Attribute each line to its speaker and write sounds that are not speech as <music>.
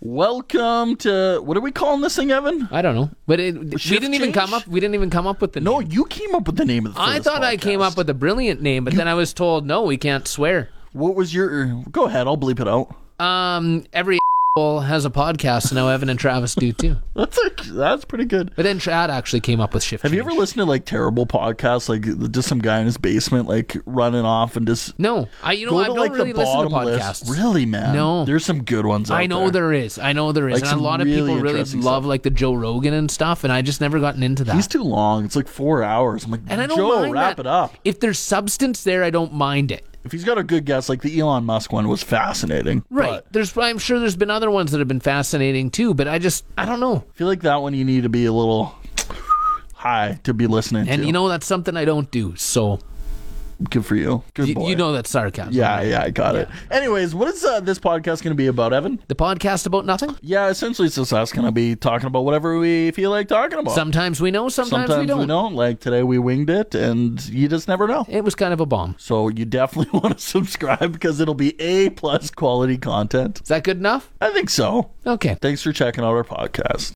Speaker 1: Welcome to what are we calling this thing, Evan?
Speaker 2: I don't know, but it, we didn't
Speaker 1: Shift
Speaker 2: even come
Speaker 1: change?
Speaker 2: up. We didn't even come up with the.
Speaker 1: No,
Speaker 2: name.
Speaker 1: you came up with the name of the.
Speaker 2: I
Speaker 1: first
Speaker 2: thought I came
Speaker 1: podcast.
Speaker 2: up with a brilliant name, but then I was told no, we can't swear.
Speaker 1: What was your? Go ahead, I'll bleep it out.
Speaker 2: Um, every asshole has a podcast, and now Evan and Travis do too.
Speaker 1: That's a, that's pretty good.
Speaker 2: But then Chad actually came up with shift.
Speaker 1: Have you ever
Speaker 2: change.
Speaker 1: listened to like terrible podcasts, like just some guy in his basement, like running off and just
Speaker 2: No, I you know
Speaker 1: go
Speaker 2: I
Speaker 1: to
Speaker 2: don't
Speaker 1: like
Speaker 2: really
Speaker 1: the
Speaker 2: listen to
Speaker 1: bottom
Speaker 2: podcasts.
Speaker 1: list? Really, man?
Speaker 2: No.
Speaker 1: there's some good ones. Out
Speaker 2: I know
Speaker 1: there.
Speaker 2: there is. I know there is,
Speaker 1: Like
Speaker 2: and
Speaker 1: some
Speaker 2: a lot of
Speaker 1: really
Speaker 2: people really love
Speaker 1: interesting stuff.
Speaker 2: like the Joe Rogan and stuff, and I just never gotten into that.
Speaker 1: He's too long. It's like four hours. I'm like,
Speaker 2: and I don't
Speaker 1: Joe,
Speaker 2: mind
Speaker 1: wrap
Speaker 2: that.
Speaker 1: it up.
Speaker 2: If there's substance there, I don't mind it.
Speaker 1: If he's got a good guess, like the Elon Musk one was fascinating.
Speaker 2: Right.
Speaker 1: But
Speaker 2: There's I'm sure there's been other ones that have been fascinating too, but I just I don't know.
Speaker 1: I feel like that one you need to be a little high to be listening
Speaker 2: And
Speaker 1: to.
Speaker 2: you know that's something I don't do. So
Speaker 1: good for you. Good
Speaker 2: you,
Speaker 1: boy.
Speaker 2: you know that's sarcasm.
Speaker 1: Yeah, yeah, I got it. Anyways, what is uh, this podcast going to be about, Evan?
Speaker 2: The podcast about nothing?
Speaker 1: Yeah, essentially, it's just us going to be talking about whatever we feel like talking about.
Speaker 2: Sometimes we know, sometimes,
Speaker 1: Sometimes
Speaker 2: we, don't.
Speaker 1: Like today, we winged it, and you just never know.
Speaker 2: It was kind of a bomb.
Speaker 1: So you definitely <laughs> want to subscribe because it'll be a plus quality content.
Speaker 2: Is that good enough?
Speaker 1: I think so.
Speaker 2: Okay.
Speaker 1: Thanks for checking out our podcast.